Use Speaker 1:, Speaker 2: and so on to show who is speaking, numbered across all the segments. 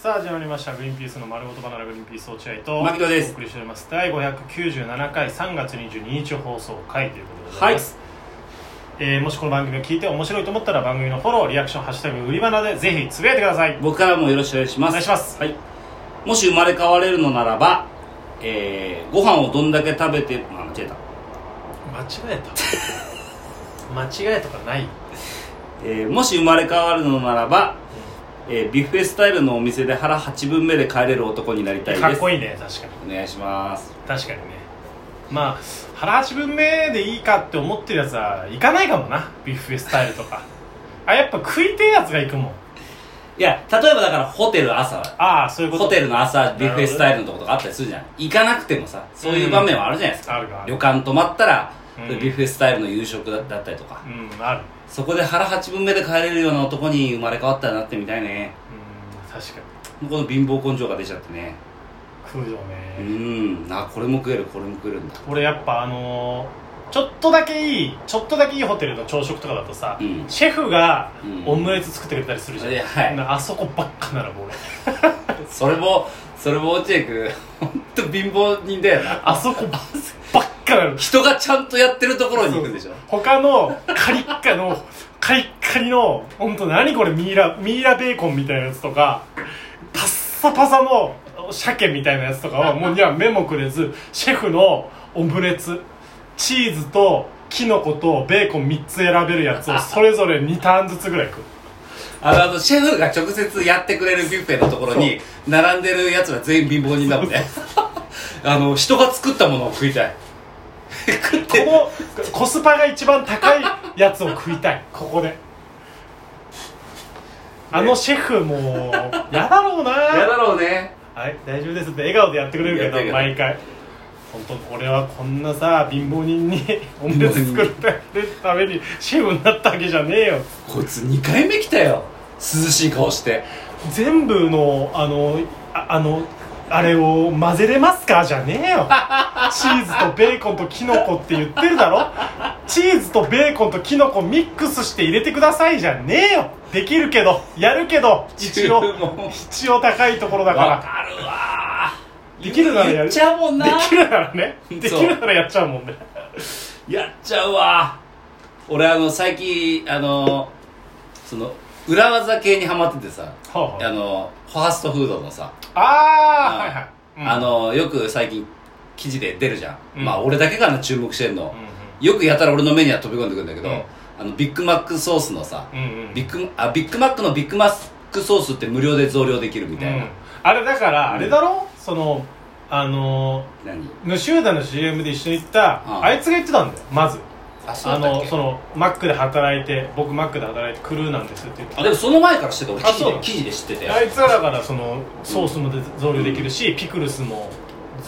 Speaker 1: さあ始まりました「グリーンピースの丸ごとバナナグリーンピース落合」と
Speaker 2: 牧野です
Speaker 1: お送りしております第597回3月22日放送回ということでございます、えーもしこの番組を聞いて面白いと思ったら番組のフォローリアクション「ハッシュタグ売りバナ」でぜひつぶやいてください
Speaker 2: 僕からもよろしくお願いします
Speaker 1: お願いします
Speaker 2: はい、もし生まれ変われるのならば、えー、ご飯をどんだけ食べてあ間違
Speaker 1: 間違
Speaker 2: えた、
Speaker 1: えた 間違えとかない
Speaker 2: えー、もし生まれ変わるのならば、えー、ビュッフェスタイルのお店で腹8分目で帰れる男になりたいです
Speaker 1: かっこ
Speaker 2: いい
Speaker 1: いいね確かに
Speaker 2: お願いします
Speaker 1: 確かにねまあ腹八分目でいいかって思ってるやつは行かないかもなビュッフェスタイルとかあやっぱ食いてえやつが行くもん
Speaker 2: いや例えばだからホテル朝
Speaker 1: ああそういうこと
Speaker 2: ホテルの朝ビュッフェスタイルのとことかあったりするじゃん行かなくてもさそういう場面はあるじゃないですか、
Speaker 1: あるか
Speaker 2: 旅館泊まった
Speaker 1: う
Speaker 2: ら、
Speaker 1: ん
Speaker 2: ビュッフェスタイルの夕食だだったりとか、
Speaker 1: うんある
Speaker 2: そこで腹八分目で帰れるような男に生まれ変わったらなってみたいね
Speaker 1: うん確かに
Speaker 2: この貧乏根性が出ちゃってね
Speaker 1: 食うよ
Speaker 2: う
Speaker 1: ね、
Speaker 2: んあこれも食えるこれも食えるんだ
Speaker 1: 俺やっぱあのーちょっとだけいいちょっとだけいいホテルの朝食とかだとさ、
Speaker 2: うん
Speaker 1: シェフが
Speaker 2: うん
Speaker 1: オムレツ作ってくれたりするじゃん、
Speaker 2: いやはい
Speaker 1: なあそこばっか並ぶ俺
Speaker 2: それもそれも落合君本当貧乏人だよな
Speaker 1: あそこばっか並ぶ
Speaker 2: 人がちゃんとやってるところに行くんでしょ
Speaker 1: 他のカリッカのカリッカリの本当何これミイラミイラベーコンみたいなやつとかパッサパサの鮭みたいなやつとかはもうには目もくれずシェフのオムレツチーズとキノコとベーコン3つ選べるやつをそれぞれ2ターンずつぐらい食う
Speaker 2: あのあのシェフが直接やってくれるビュッフェのところに並んでるやつは全員貧乏人だもんね あの人が作ったものを食いたい 食って
Speaker 1: このコスパが一番高いやつを食いたいここであのシェフもうやだろうな
Speaker 2: 嫌だろうね
Speaker 1: はい、大丈夫ですって笑顔でやってくれるけ
Speaker 2: やってくれ
Speaker 1: ど
Speaker 2: る
Speaker 1: 毎回本当俺はこんなさ貧乏人にオムレツ作ってるためにシェフになったわけじゃねえよ
Speaker 2: こいつ2回目来たよ涼しい顔して
Speaker 1: 全部のあのああのあれを混ぜれますかじゃねえ よチーズとベーコンとキノコって言ってるだろチーズとベーコンとキノコミックスして入れてくださいじゃねえよできるけどやるけど一応
Speaker 2: 注文
Speaker 1: 一応高いところだから
Speaker 2: わかるわ
Speaker 1: できるならやる
Speaker 2: 言っちゃうもんな
Speaker 1: できるならね
Speaker 2: そう
Speaker 1: できるならやっちゃうもんね
Speaker 2: やっちゃうわ俺あの最近あのその裏技系にハマっててさ
Speaker 1: は
Speaker 2: あのファーストフードのさ、
Speaker 1: ああはいはいうん
Speaker 2: あのよく最近記事で出るじゃん、
Speaker 1: うん
Speaker 2: まあ俺だけかな注目してんの
Speaker 1: う、ん
Speaker 2: よくやたら俺の目には飛び込んでくるんだけど、
Speaker 1: うん
Speaker 2: あのビッグマックソースのさ、
Speaker 1: うんうん
Speaker 2: ビッグあビッグマックのビッグマックソースって無料で増量できるみたいな、
Speaker 1: うんあれだから
Speaker 2: うん
Speaker 1: あれだろそのあの
Speaker 2: 何
Speaker 1: 無集団の CM で一緒に行った
Speaker 2: ああ
Speaker 1: あいつが言ってたんだよまず
Speaker 2: あそ
Speaker 1: あ
Speaker 2: うだったっ
Speaker 1: の
Speaker 2: け
Speaker 1: そのマックで働いて僕マックで働いてクルーなんですって言って
Speaker 2: あでもその前から知ってた俺
Speaker 1: あ
Speaker 2: 記事
Speaker 1: そう
Speaker 2: で記事で知ってたよ
Speaker 1: あいつはだからそのソースもで増量できるしピクルスも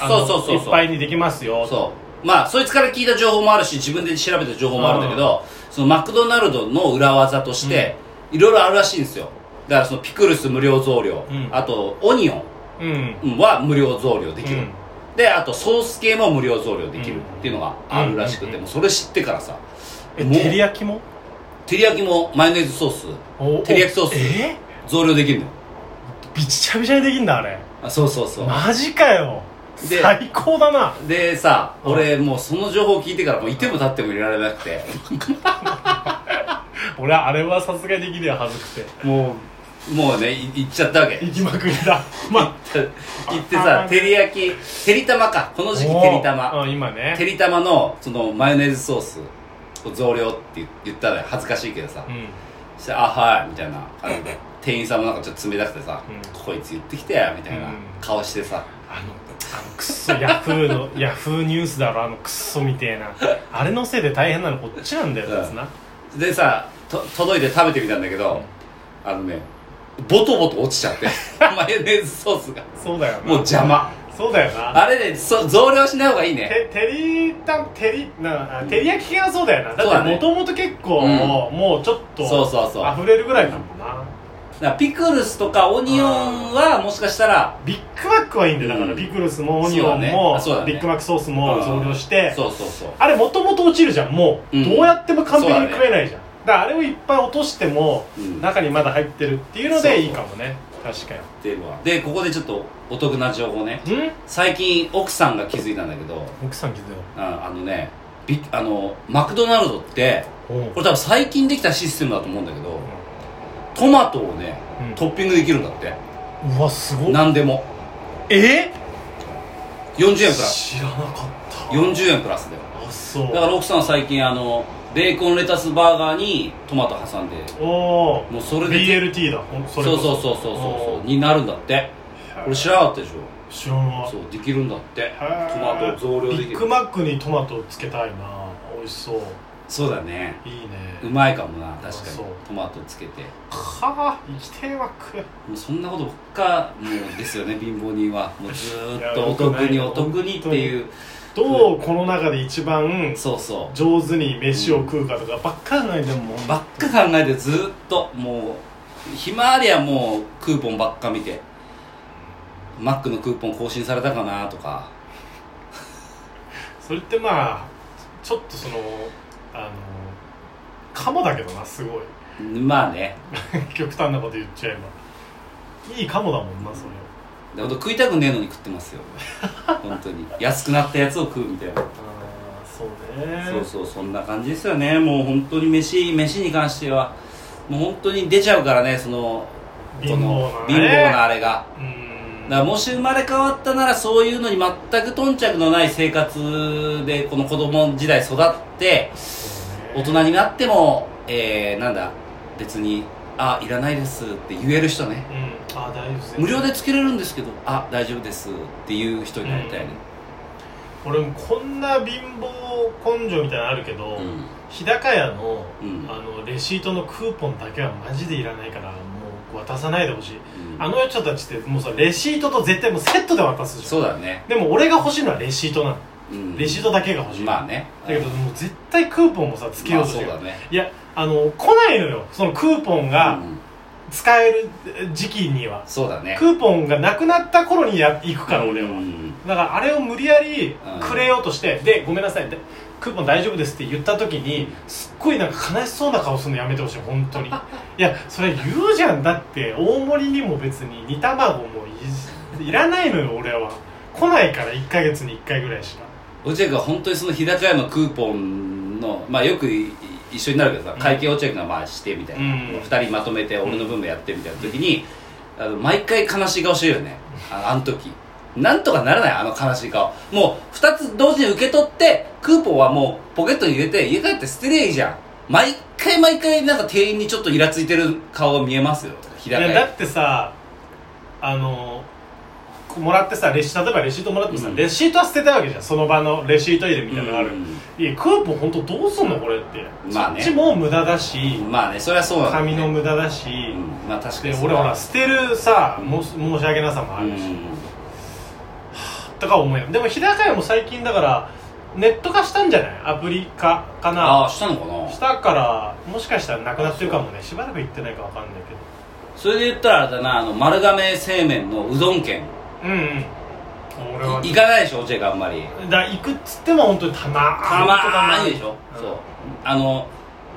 Speaker 1: あの
Speaker 2: そうそうそうそう
Speaker 1: いっぱいにできますよ
Speaker 2: そうまあそいつから聞いた情報もあるし自分で調べた情報もあるんだけどそのマクドナルドの裏技としていろいろあるらしいんですよだからそのピクルス無料増量、
Speaker 1: うん
Speaker 2: あとオニオ
Speaker 1: うん
Speaker 2: ンは無料増量できる、
Speaker 1: うん
Speaker 2: であとソース系も無料増量できるっていうのがあるらしくて、
Speaker 1: うんうんうん
Speaker 2: もうそれ知ってからさ
Speaker 1: え
Speaker 2: もう
Speaker 1: 照り焼きも
Speaker 2: 照り焼きもマヨネーズソース
Speaker 1: お
Speaker 2: 照り焼きソース
Speaker 1: え
Speaker 2: 増量できるのよ
Speaker 1: びちゃびちゃにできんだあれ
Speaker 2: あそうそうそう
Speaker 1: マジかよ
Speaker 2: で
Speaker 1: 最高だな
Speaker 2: でさ
Speaker 1: うん
Speaker 2: 俺もうその情報を聞いてからもういても立ってもいられなくて
Speaker 1: 俺はあれはさすがにできねえはずくて
Speaker 2: もうもうねい行っちゃったわけ
Speaker 1: 行きまくり だま
Speaker 2: 行ってさ照り焼き照り玉かこの
Speaker 1: あ
Speaker 2: 時期照り玉
Speaker 1: うん今ね
Speaker 2: 照り玉のそのマヨネーズソースを増量って言ったら恥ずかしいけどさ、
Speaker 1: うん
Speaker 2: そしたら「あはい」みたいなあの店員さんもなんかちょっと冷たくてさ「
Speaker 1: うん
Speaker 2: こいつ言ってきたよ」みたいな
Speaker 1: うん
Speaker 2: 顔してさ、
Speaker 1: あのあのクソヤフー のヤフーニュースだろあのクソみてえなあれのせいで大変なのこっちなんだよ
Speaker 2: うん
Speaker 1: やつな
Speaker 2: でさと届いて食べてみたんだけど、あのねボトボト落ちち ゃってマヨネーズソースが
Speaker 1: そうだよな
Speaker 2: もう邪魔
Speaker 1: そうだよな
Speaker 2: あれでそ増量しない方がいいね
Speaker 1: ててりたてりなあてり焼き系はそうだよな
Speaker 2: そう
Speaker 1: だ
Speaker 2: だ
Speaker 1: って
Speaker 2: ね
Speaker 1: もともと結構、
Speaker 2: うん
Speaker 1: もうちょっと
Speaker 2: そうそうそう
Speaker 1: 溢れるぐらいだもんな
Speaker 2: だからピクルスとかオニオンはもしかしたら
Speaker 1: ビッグマックはいいんだよだから、
Speaker 2: うん
Speaker 1: ビクルスもオニオンも、
Speaker 2: そうだねそうだね
Speaker 1: ビッグマックソースも増量して
Speaker 2: そうそうそう
Speaker 1: あれもともと落ちるじゃんもう、
Speaker 2: うん
Speaker 1: どうやっても完璧
Speaker 2: そうだ
Speaker 1: に
Speaker 2: ね
Speaker 1: 食えないじゃんだからあれをいっぱい落としても、
Speaker 2: うん
Speaker 1: 中にまだ入ってるっていうの
Speaker 2: そうそ
Speaker 1: で
Speaker 2: う
Speaker 1: いいかもね確か
Speaker 2: っていうのはでここでちょっとお得な情報ね
Speaker 1: にん
Speaker 2: 最近奥さんが気づいたんだけど
Speaker 1: 奥さん気づい
Speaker 2: ああのねびあのマクドナルドって
Speaker 1: たおう
Speaker 2: これ多分最近できたシステムだと思うんだけどトマトをね
Speaker 1: うん
Speaker 2: トッピングできるんだって
Speaker 1: うわすごっ
Speaker 2: 何でも
Speaker 1: え
Speaker 2: 40円プラス
Speaker 1: 知らなかった
Speaker 2: 40円プラスだよ
Speaker 1: あそう
Speaker 2: だから奥さんは最近あのベーコンレタスバーガーにトマト挟んで
Speaker 1: おお
Speaker 2: もうそれで
Speaker 1: BLT だほんそ
Speaker 2: そう
Speaker 1: れこ
Speaker 2: そうそうそう
Speaker 1: お
Speaker 2: そ
Speaker 1: ー
Speaker 2: うになるんだってこれ知らなかったでし
Speaker 1: 知らな
Speaker 2: ょ
Speaker 1: い
Speaker 2: そうできるんだってト
Speaker 1: へー
Speaker 2: マトを増量でき
Speaker 1: ビッ
Speaker 2: る
Speaker 1: グマックにトマトをつけたいな美味しそう
Speaker 2: そうだね
Speaker 1: いいね
Speaker 2: うまいかもな確かに
Speaker 1: そう
Speaker 2: トマトつけて
Speaker 1: はあ生きてえわく
Speaker 2: もうそんなことばっかもうです よね貧乏人はもうずーっとお得
Speaker 1: い
Speaker 2: に
Speaker 1: や
Speaker 2: お
Speaker 1: よく
Speaker 2: 得
Speaker 1: ないよ
Speaker 2: にっていう
Speaker 1: どうこの中で一番
Speaker 2: そうそ
Speaker 1: 上手に飯を食うかとかばっか考えてんもん
Speaker 2: うばっか考えてずーっともう暇ありゃもうクーポンばっか見てマックのクーポン更新されたかなとか
Speaker 1: それってまあちょっとそのあのかもだけどなすごい
Speaker 2: まあね
Speaker 1: 極端なこと言っちゃえばいいかもだもんなそれ
Speaker 2: だけど食いたくねえのに食ってますよ本当に安くなったやつを食うみたいな
Speaker 1: ああそうね
Speaker 2: そうそうそんな感じですよねもう本当に飯飯に関してはもう本当に出ちゃうからねその
Speaker 1: 貧乏なね
Speaker 2: 貧乏なあれが
Speaker 1: うーん
Speaker 2: だからもし生まれ変わったならそういうのに全く頓着のない生活でこの子供時代育って
Speaker 1: そう
Speaker 2: 大
Speaker 1: ね
Speaker 2: 人になっても、えー、なんだ別に「あいらないです」って言える人ね
Speaker 1: うんあー大丈夫です
Speaker 2: 無料でつけれるんですけど「あ大丈夫です」っていう人になりたいね
Speaker 1: 俺もこんな貧乏根性みたいなのあるけど、
Speaker 2: うん
Speaker 1: 日高屋の,、
Speaker 2: うん
Speaker 1: あのレシートのクーポンだけはマジでいらないからもう渡さないでほしい
Speaker 2: うん
Speaker 1: あの人たちってもうさレシートと絶対もうセットで渡すじゃん
Speaker 2: そうだね、
Speaker 1: でも俺が欲しいのはレシートなの、
Speaker 2: うん、
Speaker 1: レシートだけが欲しい、
Speaker 2: まあね
Speaker 1: だけどもう絶対クーポンもさつけよう
Speaker 2: ま
Speaker 1: とし
Speaker 2: あそ
Speaker 1: て
Speaker 2: う
Speaker 1: る、
Speaker 2: だね
Speaker 1: いやあの来ないのよそのクーポン
Speaker 2: う
Speaker 1: が
Speaker 2: ん
Speaker 1: 使える時期には、
Speaker 2: そうだね
Speaker 1: クーポンがなくなった頃にや行くから俺は、
Speaker 2: うん
Speaker 1: だからあれを無理やり
Speaker 2: うん
Speaker 1: くれようとして、でごめんなさいってクーポン大丈夫ですって言った時にすっごいなんか悲しそうな顔するのやめてほしい本当にいやそれ言うじゃんだって大盛りにも別に煮卵もいいらないのよ俺は来ないから1ヶ月に1回ぐらいしか
Speaker 2: 落合君は本当にその日高屋のクーポンのまあよくい一緒になるけどさ
Speaker 1: うん
Speaker 2: 会計落合君がまあしてみたいな、
Speaker 1: う
Speaker 2: 二
Speaker 1: ん
Speaker 2: 2人まとめて俺の分もやってみたいな時に、あの毎回悲しい顔してるよねああの時なんとかならないあの悲しい顔もう2つ同時に受け取ってクーポンはもうポケットに入れて家帰って捨てりゃいいじゃん毎回毎回なんか店員にちょっとイラついてる顔が見えますよ日
Speaker 1: い
Speaker 2: 高
Speaker 1: や
Speaker 2: 屋
Speaker 1: だってさあのこうもらってさレシ例えばレシートもらってもさ、
Speaker 2: うん
Speaker 1: レシートは捨てたいわけじゃんその場のレシート入れみたいなのがある、
Speaker 2: う
Speaker 1: いやクーポン本当どうすんのこれって、
Speaker 2: まあね
Speaker 1: そっちも無駄だし、
Speaker 2: んまあねそれはそうなんだ
Speaker 1: 紙の無駄だし、
Speaker 2: うんまあ確か
Speaker 1: で
Speaker 2: にそう
Speaker 1: 俺ほら捨てるさ、
Speaker 2: うん
Speaker 1: もし申し訳なさもあ
Speaker 2: う
Speaker 1: るし、
Speaker 2: ん
Speaker 1: とか思えないでも日高屋も最近だからネット化したんじゃないアプリ化か
Speaker 2: ああ
Speaker 1: な
Speaker 2: したのかな
Speaker 1: したからもしかしたらなくなってるかもねしばらく行ってないかわかんないけ
Speaker 2: それで言ったらあれだなあの丸亀製麺のうどん県
Speaker 1: どうんうん俺はね
Speaker 2: 行かないでしょ落合君あんまり
Speaker 1: だ行くっつっても本当にたま
Speaker 2: たまーにでしょ、
Speaker 1: うん
Speaker 2: そうあの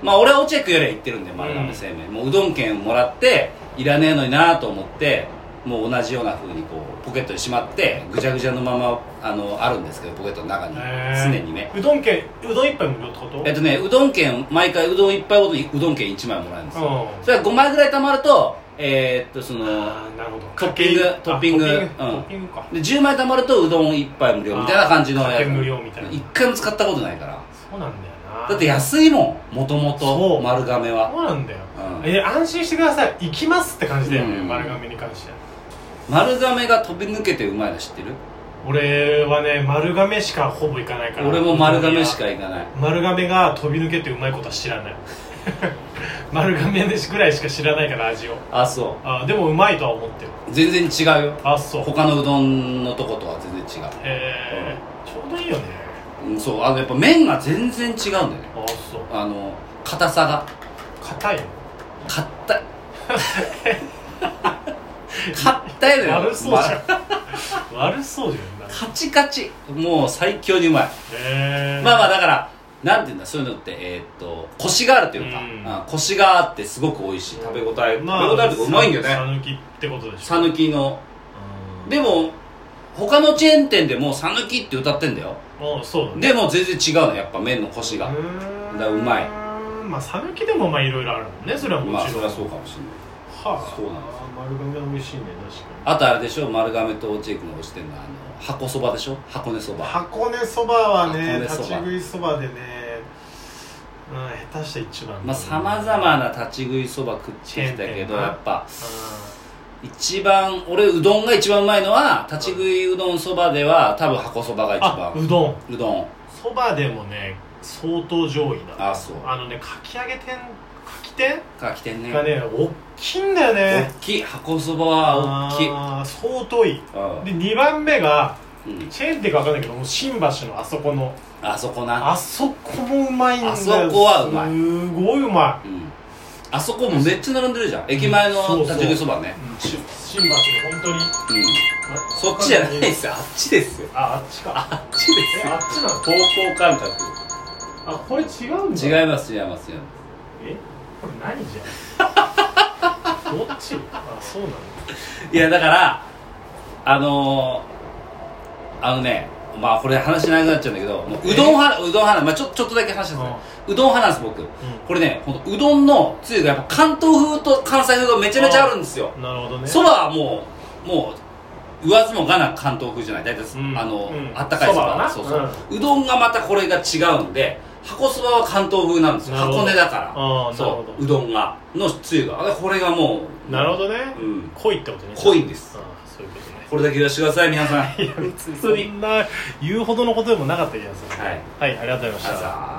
Speaker 2: まあ俺は落合君よりは行ってるんで丸亀製麺、もううどん券もらっていらねえのになと思ってもう同じような風にこうポケットにしまってぐちゃぐちゃのままあのあるんですけどポケットの中に
Speaker 1: へ
Speaker 2: 常
Speaker 1: ー
Speaker 2: にね
Speaker 1: うどん券うどん一杯無料ってこと
Speaker 2: えっとねうどん券毎回うどん一杯ごとにうどん券1枚もらえるんですよ、
Speaker 1: うん
Speaker 2: それが5枚ぐらい貯まるとえーっとその
Speaker 1: あーなるほど
Speaker 2: トッピング
Speaker 1: かけ
Speaker 2: トッピング
Speaker 1: あ
Speaker 2: うん
Speaker 1: トッピングか
Speaker 2: で10枚貯まるとうどん1杯無料みたいな感じの
Speaker 1: あー
Speaker 2: や
Speaker 1: か
Speaker 2: つ
Speaker 1: け無料みたいな
Speaker 2: 一回も使ったことないから
Speaker 1: そうなんだよな
Speaker 2: だって安いもんもとも
Speaker 1: そ
Speaker 2: と
Speaker 1: う
Speaker 2: 丸亀は
Speaker 1: そうなんだよ
Speaker 2: うん
Speaker 1: え安心してください行きますって感じだよね
Speaker 2: うん
Speaker 1: 丸亀に関しては
Speaker 2: 丸亀が飛び抜けてうまいの知ってる
Speaker 1: 俺はね丸亀しかほぼ行かないから
Speaker 2: 俺も丸亀しか行かない
Speaker 1: 丸亀が飛び抜けてうまいことは知らない 丸亀でしぐらいしか知らないから味を
Speaker 2: あそ
Speaker 1: あーでもうまいとは思ってる
Speaker 2: う全然違うよ
Speaker 1: あそう
Speaker 2: 他のうどんのとことは全然違
Speaker 1: えー、ちょうどいいよね
Speaker 2: う、うん、そうあのやっぱ麺が全然違うんだよね
Speaker 1: あそう
Speaker 2: あの硬さが
Speaker 1: 硬いの
Speaker 2: 硬い硬いのよ
Speaker 1: 悪そうじゃ ん悪そうじゃんなんか
Speaker 2: カチカチもう最強にうまい
Speaker 1: へえ
Speaker 2: まあまあだからなんていうんだそういうのってえーっとコシがあるっていうの
Speaker 1: う
Speaker 2: か、
Speaker 1: ん
Speaker 2: うんコシがあってすごく美味しい食べ応え、食べ応えあるっていうかうまいんだよね
Speaker 1: さぬきってことでしょ
Speaker 2: 讃岐の
Speaker 1: うん
Speaker 2: でも他のチェーン店でも讃岐って歌ってんだよ
Speaker 1: もうそうだね
Speaker 2: でも全然違うのやっぱ麺のコシが、
Speaker 1: う
Speaker 2: だうまい
Speaker 1: まあ讃岐でもまあいろいろあるもんねそれはもちろん、
Speaker 2: まあそれはそうかもしれない
Speaker 1: はあ
Speaker 2: そうなんですよ
Speaker 1: 丸亀は美味しいね確かに
Speaker 2: あとあれでしょ丸亀とチェイクの推してんのはあの箱そばでしょ箱根そば
Speaker 1: 箱根そばは
Speaker 2: 箱
Speaker 1: ね
Speaker 2: 根そ
Speaker 1: 立
Speaker 2: ば
Speaker 1: ち食いそばでね、うん、下手した一番
Speaker 2: まあさまざまな立ち食いそば食ってきた
Speaker 1: チェー
Speaker 2: け
Speaker 1: ン
Speaker 2: ど
Speaker 1: 店な
Speaker 2: やっぱ一番俺うどんが一番うまいのは立ち食いうどんそばでは多分箱そばが一
Speaker 1: あ
Speaker 2: 番
Speaker 1: うどん
Speaker 2: うどん
Speaker 1: そばでもね相当上位な
Speaker 2: あそう
Speaker 1: あのねかき揚げ店かき店
Speaker 2: が来てんね
Speaker 1: がね大きいんだよ
Speaker 2: 大
Speaker 1: ね
Speaker 2: きい箱そばは大きい
Speaker 1: あー相当いい
Speaker 2: うん
Speaker 1: で2番目が
Speaker 2: うん
Speaker 1: チェーン店か分かんないけどもう新橋のあそこの
Speaker 2: あそこな
Speaker 1: あそこもうまいんだよ
Speaker 2: あそこはうまい
Speaker 1: すごいうま
Speaker 2: うんあそこもめっちゃ並んでるじゃん駅前
Speaker 1: そ
Speaker 2: の
Speaker 1: うそう
Speaker 2: 立ち食いそばね
Speaker 1: い、新橋の本当に
Speaker 2: うんそっちじゃないですよあっちですよ
Speaker 1: ああっちか
Speaker 2: あっちです
Speaker 1: え
Speaker 2: よ
Speaker 1: あっちなの
Speaker 2: 方向感覚
Speaker 1: あこれ違うんだ
Speaker 2: 違
Speaker 1: う
Speaker 2: います違います違いま
Speaker 1: えこれ何じゃんどっちあそうなの
Speaker 2: すいやだからあのー、あのねまあこれ話長くなっちゃうんだけどもううどん派うどん派まあちょちょっとだけ話しますうどん派なんです僕これねほんとうどんのつゆがやっぱ関東風と関西風がめちゃめちゃあるんですよ
Speaker 1: うんなるほどね
Speaker 2: そばはもうもう上相撲がな関東風じゃない大体す、
Speaker 1: うん
Speaker 2: あの、
Speaker 1: うん
Speaker 2: あったかいそ
Speaker 1: そばは
Speaker 2: ば
Speaker 1: な
Speaker 2: そうそう、うどんがまたこれが違うんで箱そばは関東風なんですよ
Speaker 1: なるほど
Speaker 2: 箱根だか
Speaker 1: あ
Speaker 2: ら
Speaker 1: あなるほ
Speaker 2: そ
Speaker 1: ど
Speaker 2: ううどんがのつゆがあこれがもう
Speaker 1: なるほどね
Speaker 2: うん
Speaker 1: 濃いってことね
Speaker 2: 濃い
Speaker 1: あ
Speaker 2: んです
Speaker 1: あそういうことね
Speaker 2: これだけ言わせてください皆さん
Speaker 1: いや別にそんな言うほどのことでもなかった気がする
Speaker 2: はい
Speaker 1: はいありがとうございました
Speaker 2: さあ